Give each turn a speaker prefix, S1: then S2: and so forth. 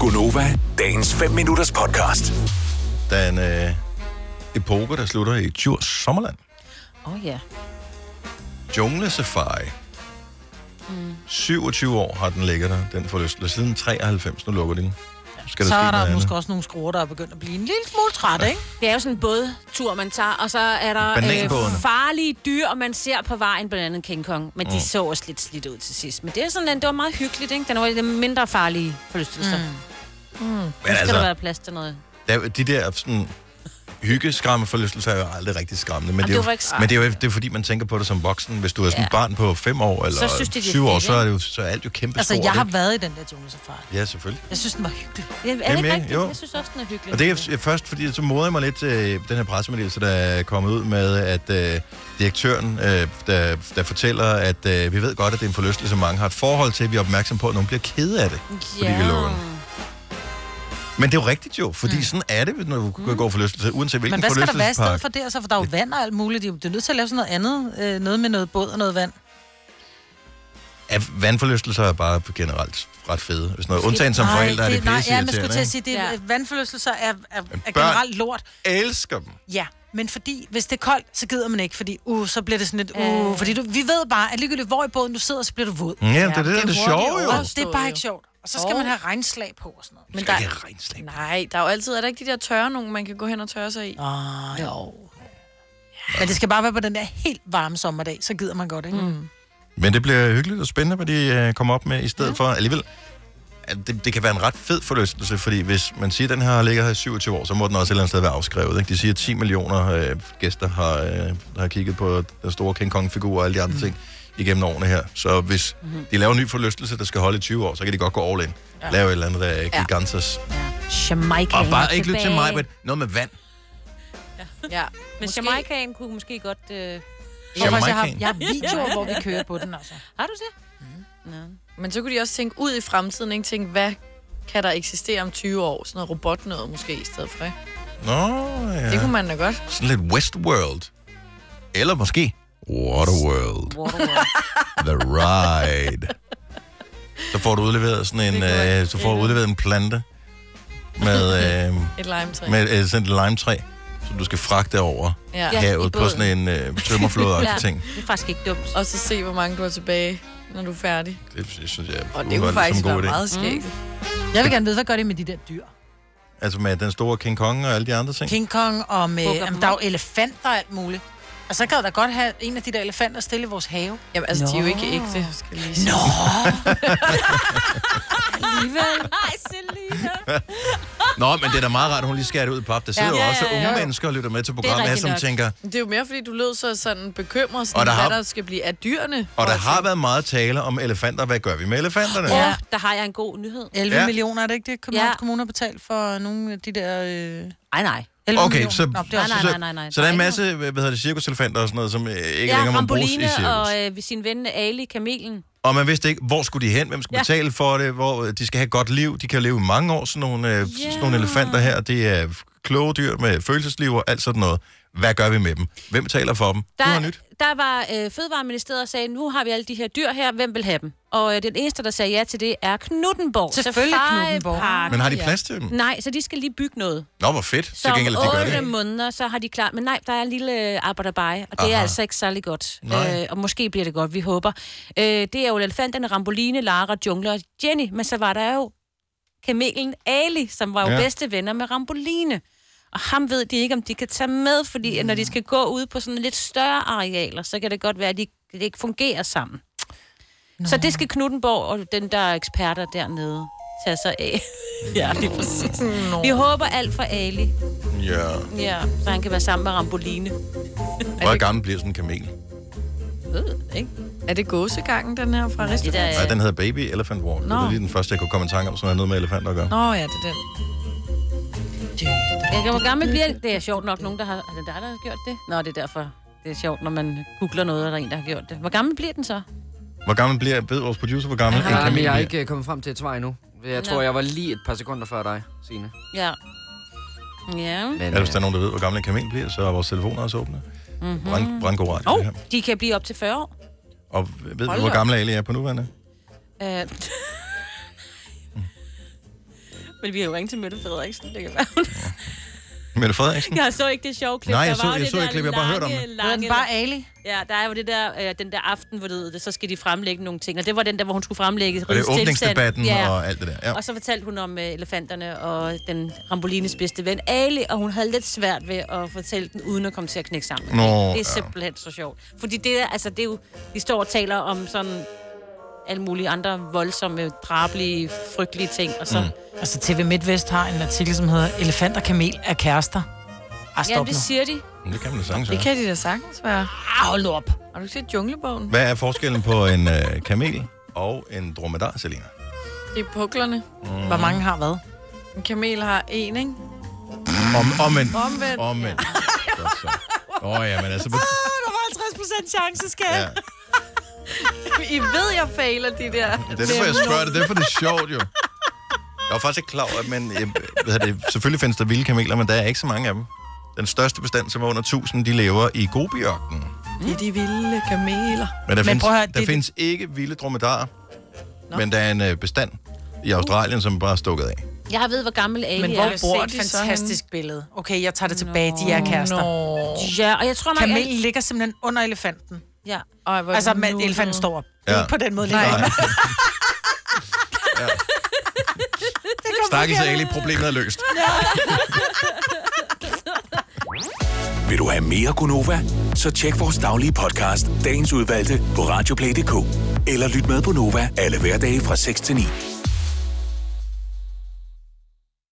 S1: Gunova, dagens 5 minutters podcast.
S2: Der er en øh, epoke, der slutter i Djurs Sommerland.
S3: Åh oh, ja.
S2: Jungle Safari. Mm. 27 år har den ligget der, den forlystelse. Siden 93, nu lukker de den. Skal
S3: Så
S2: ske
S3: er
S2: noget
S3: der
S2: andet?
S3: måske også nogle skruer, der er begyndt at blive en lille smule træt, ikke?
S4: Det er jo sådan en bådtur, man tager, og så er der øh,
S2: Bananbådene.
S4: farlige dyr, og man ser på vejen blandt andet King Kong. Men
S2: Mm.
S4: de så også lidt slidt ud til sidst. Men det er sådan, en- det var meget hyggeligt, ikke? Den var lidt mindre farlige forlystelser. Mm. Nu
S2: Men
S4: skal der være
S2: altså,
S4: plads til noget.
S2: der, de der sådan, hyggeskræmme forlystelser er jo aldrig rigtig skræmmende. Men,
S4: det
S2: det, er
S4: var
S2: jo,
S4: ikke skræmmende.
S2: men det er jo det er, fordi, man tænker på det som voksen. Hvis du er sådan
S4: Ja.
S2: et barn på 5 år eller
S4: synes de, det er
S2: 7 år,
S4: fedt,
S2: så er, det jo, så er alt jo kæmpe
S3: Altså,
S2: stort.
S3: jeg har
S2: ikke?
S3: været i den der junglesafari.
S2: Ja, selvfølgelig.
S3: Jeg synes, den var hyggelig.
S4: Ja, er det
S2: Jamen,
S4: ikke
S2: ikke?
S4: rigtigt?
S2: Jo.
S4: Jeg synes også, den er hyggelig.
S2: Og det er f- først, fordi så modede jeg mig lidt øh, den her pressemeddelelse, der er kommet ud med, at øh, direktøren, øh, der, der fortæller, at øh, vi ved godt, at det er en forlystelse, som mange har et forhold til. Vi er opmærksom på, at nogen bliver ked af det, fordi vi lukker den. Men det er jo rigtigt jo, fordi mm. sådan er det, når du går forlystelse, uanset hvilken
S3: Men hvad skal der være i
S2: forlystelsespark.
S3: stedet for det? Altså, for der er jo vand og alt muligt. De er nødt til at lave sådan noget andet. Øh, noget med noget båd og noget vand.
S2: Ja, vandforlystelser er bare generelt ret fede. Hvis noget undtagen som forældre er det
S3: nej,
S2: pisse
S3: ja, man skulle til at
S2: irriterende.
S3: sige, det
S4: Ja.
S3: ja. vandforlystelser er, er,
S2: børn-
S3: er generelt lort.
S2: Elsker dem.
S3: Ja, men fordi, hvis det er koldt, så gider man ikke, fordi uh, så bliver det sådan lidt, uh,
S4: Øh.
S3: fordi du, vi ved bare, at ligegyldigt hvor i båden du sidder, så bliver du våd.
S2: Ja, det er det, der
S5: det
S2: er
S5: er
S2: det
S5: hurtigt
S2: sjove jo.
S5: over.
S3: Og det er bare ikke sjovt. Og så skal
S5: Og-
S3: man have regnslag på og sådan noget.
S5: Men
S2: Der
S5: der,
S2: er det rensligt.
S5: nej, der er jo altid, er der ikke de der tørre nogen, man kan gå hen og tørre sig i?
S3: Ah, jo. Men det skal bare være på den der helt varme sommerdag, så gider man godt, ikke? Mm.
S2: Men det bliver hyggeligt og spændende, hvad de øh, kommer op med i stedet ja. for alligevel. At det, det kan være en ret fed forlystelse, fordi hvis man siger, at den her ligger her i 27 år, så må den også et eller andet sted være afskrevet. Ikke? De siger, at 10 millioner øh, gæster har, øh, har kigget på den store King Kong-figur og alle de andre mm. ting igennem årene her. Så hvis mm. de laver en ny forlystelse, der skal holde i 20 år, så kan de godt gå all in. Ja. Lave et eller andet, der er gigantes. Ja.
S4: Jamaica
S2: Og bare ikke lytte til mig, men noget med vand.
S5: Ja.
S4: Men
S5: Måske-
S4: Jamaicaen kunne måske godt... Øh...
S3: Jeg, faktisk, jeg, har,
S2: Jamaican.
S3: jeg har videoer, hvor vi kører på den, altså.
S4: Har du det?
S5: Men så kunne de også tænke ud i fremtiden, ikke? Tænke, hvad kan der eksistere om 20 år? Sådan noget robotnød måske i stedet for, ikke?
S2: Nå, ja.
S5: Ja. Det kunne man da godt.
S2: Sådan lidt Westworld. Eller måske Waterworld. The Ride. Så får du udleveret sådan en,
S5: Det er godt.
S2: øh, så får du udleveret en plante med, øh,
S5: Et limetræ.
S2: med øh, sådan et limetræ, som du skal fragte over
S5: Ja.
S2: ja,
S5: ja.
S2: havet på
S4: båden.
S2: sådan en øh, tømmerflåde ja. ting.
S4: det er faktisk ikke dumt.
S5: Og så se, hvor mange du har tilbage, når du er færdig.
S2: Det, det synes jeg
S5: Og det
S2: umiddelbart
S5: kunne
S2: lyder
S5: faktisk
S2: som en
S5: være
S2: god idé.
S5: meget skægt. Mm.
S3: Jeg vil gerne vide, hvad gør det med de der dyr?
S2: Altså med den store King Kong og alle de andre ting.
S3: King Kong og med...
S4: Hugger dem
S3: Jamen, der er jo elefanter og alt muligt. Og så kan jeg da godt have en af de der elefanter stille i vores have.
S5: Jamen, altså, Nå. de er jo ikke ægte, skal jeg lige sige. Nå.
S4: Nej, Selina.
S2: Nå, men det er da meget rart, at hun lige skærer det ud i pap. Der sidder ja, jo også unge mennesker og lytter med til programmet her,
S4: rigtigt
S2: som
S4: nok.
S2: tænker,
S5: Det er jo mere, fordi du lød så sådan bekymret, sådan,
S2: Og der
S5: der
S2: har-
S5: hvad der skal blive af dyrene.
S2: og der har været meget tale om elefanter. Hvad gør vi med elefanterne?
S4: Ja. Oh, der har jeg en god nyhed.
S3: 11
S2: Ja.
S3: ja. millioner, er det ikke det, Københavns
S4: Ja.
S3: ja. Kommune har betalt for nogle af de der... Øh, 11
S4: Ej, nej.
S2: Okay,
S3: millioner.
S2: så,
S3: Nå, det er
S4: Nej,
S3: også...
S4: nej,
S2: så-
S4: nej, nej, nej.
S2: så der er en
S4: Der er
S2: masse hvad hedder det, cirkuselefanter og sådan noget, som øh, ikke længere må
S4: Ja,
S2: bruges i
S4: Ramboline
S2: cirkus. Og,
S4: og øh, sin ven Ali, kamelen.
S2: og man vidste ikke, hvor skulle de hen, hvem skulle ja.
S4: Ja.
S2: betale for det, hvor øh, de skal have et godt liv. De kan leve i mange år, sådan nogle, yeah. sådan nogle elefanter her. Det er kloge dyr med følelsesliv og alt sådan noget. Hvad gør vi med dem? Hvem betaler for dem? Der... Nu er
S4: Der,
S2: nyt.
S4: der var øh, Fødevareministeriet og sagde, nu har vi alle de her dyr her, hvem vil have dem? Og øh, den eneste, der sagde ja til det, er Knuttenborg.
S3: Selvfølgelig Knuthenborg.
S4: Safaripark.
S2: Men har de plads til dem?
S4: Nej, så de skal lige bygge noget.
S2: Nå, hvor fedt.
S4: Så
S2: Til
S4: om
S2: gengæld, at de gør
S4: otte
S2: det.
S4: måneder, så har de klart. Men nej, der er en lille øh, arbejderbeje, og det Aha. er
S2: Aha.
S4: altså ikke særlig godt. Øh,
S2: Nej.
S4: og måske bliver det godt, vi håber. Øh, det er jo elefanterne, Ramboline, Lara, Jungler og Jenny. Men så var der jo kamelen Ali, som var jo
S2: Ja.
S4: ja. bedste venner med Ramboline. Og ham ved de ikke, om de kan tage med, fordi mm. når de skal gå ud på sådan lidt større arealer, så kan det godt være, at de det ikke fungerer sammen. Nå. Så det skal Knuttenborg og den, der er eksperter dernede, tage sig af. ja, det er præcis. Vi håber alt for Ali.
S2: Ja.
S4: Ja, så han kan være sammen med Ramboline.
S2: Hvor gammel bliver sådan en kamel?
S4: Øh, ikke?
S5: Er det gåsegangen, den her fra
S4: Det
S5: restauranten?
S4: der,
S2: Nej, den hedder Baby Elephant Walk. Det var lige den første, jeg kunne komme i tanke om, som har noget med elefanter at gøre.
S5: Nå ja, det er den.
S4: jeg kan, hvor gammel bliver det? Det er sjovt nok, nogen der har... Er det dig, der har gjort det? Nå, det er derfor. Det er sjovt, når man googler noget, og der er en, der har gjort det. Hvor gammel bliver den så?
S2: Hvor gammel bliver, ved vores producer, hvor gammel en
S6: Ja,
S2: kamel
S6: men jeg er
S2: bliver?
S6: ikke øh, kommet frem til et svar endnu. Jeg tror,
S4: Nå.
S6: jeg var lige et par sekunder før dig, Signe.
S4: Ja. Ja.
S6: Men,
S2: Ja, hvis der er nogen, der ved, hvor gammel en kamel bliver, så er vores telefoner også åbne. Mm-hmm. Brand, brandgod radio.
S4: Og
S2: Oh.
S4: de kan blive op til 40 år.
S2: Og ved du,
S5: Hold
S2: hvor
S5: da.
S2: gammel Ali er på nuværende?
S4: Øh. Men vi har jo ringet til Mette Frederiksen, det kan være. hun-
S2: Mette Frederiksen?
S4: Jeg så ikke det sjove klip.
S2: Nej, jeg
S4: der
S2: så-
S4: var jo
S2: jeg
S4: det
S2: så ikke
S4: der
S2: klip, jeg har bare hørt om
S4: lange,
S2: det.
S3: Hedder
S4: lange,
S3: den bare Ali?
S4: Ja, der er jo det der, øh, den der aften, hvor du ved det, så skal de fremlægge nogle ting. Og det var den der, hvor hun skulle fremlægge
S2: Og det
S4: rigets
S2: er åbningsdebatten
S4: tilstand.
S2: ja. og alt det der. Ja.
S4: Og så fortalte hun om øh, elefanterne og den Rambolines bedste ven, Ali, og hun havde lidt svært ved at fortælle den, uden at komme til at knække sammen.
S2: Nå,
S4: det
S2: ja.
S4: er simpelthen så sjovt. Fordi det, er- altså, det er jo, vi står og taler om sådan alle mulige andre voldsomme, drabelige, frygtelige ting, og så... Mm.
S3: Altså TV MidtVest har en artikel, som hedder Elefant og kamel er kærester. Ej,
S4: Ja,
S3: stop
S4: det siger de.
S2: Men Det kan man da sagtens
S5: Det
S2: være.
S5: kan de da sagtens være.
S3: nu. Hold nu op.
S5: Har du set Junglebogen?
S2: Hvad er forskellen på en øh, kamel og en dromedar, Selina?
S5: Det er puklerne.
S3: Hvor mange har hvad?
S5: En kamel har en, ikke?
S2: Om, omvendt.
S5: Omvendt.
S2: Omvendt. Godt så. Åh oh, ja, men altså... På,
S4: Der var 50 procent chance, skal
S2: ja.
S5: I ved, jeg fejler de der.
S2: Det er derfor, jeg spørger det. Det er derfor, det er sjovt, jo. Jeg var faktisk ikke klar over, men jeg, hvad hedder det, selvfølgelig findes der vilde kameler, men der er ikke så mange af dem. Den største bestand, som er under 1000, de lever i Gobiørkenen.
S5: Det er de vilde kameler.
S2: Men der, men findes,
S3: prøv at
S2: høre,
S3: høre,
S2: der
S3: det-
S2: findes ikke vilde dromedarer, Nå. men der er en øh, bestand i Australien, som bare er stukket af.
S4: Jeg ved, hvor gammel Ali
S3: Men
S4: er.
S3: hvor bor
S5: set
S3: de
S5: et
S3: så fantastisk
S5: fantastisk
S3: billede. Okay, jeg tager det tilbage. De er kærester.
S4: Ja, og jeg tror nok...
S3: Kamelen ligger simpelthen under elefanten.
S4: Ja.
S5: Ej, hvor er
S3: Altså,
S5: det
S3: men
S5: nuttet.
S3: elefanten står op.
S2: Ja.
S3: Ikke på den måde.
S2: Nej.
S3: ligger den.
S2: ja. Stakkels Ali, problemet er løst.
S1: Vil du have mere Gunova? Så tjek vores daglige podcast, dagens udvalgte, på radioplay.dk. Eller lyt med på Nova alle hverdage fra 6 til 9.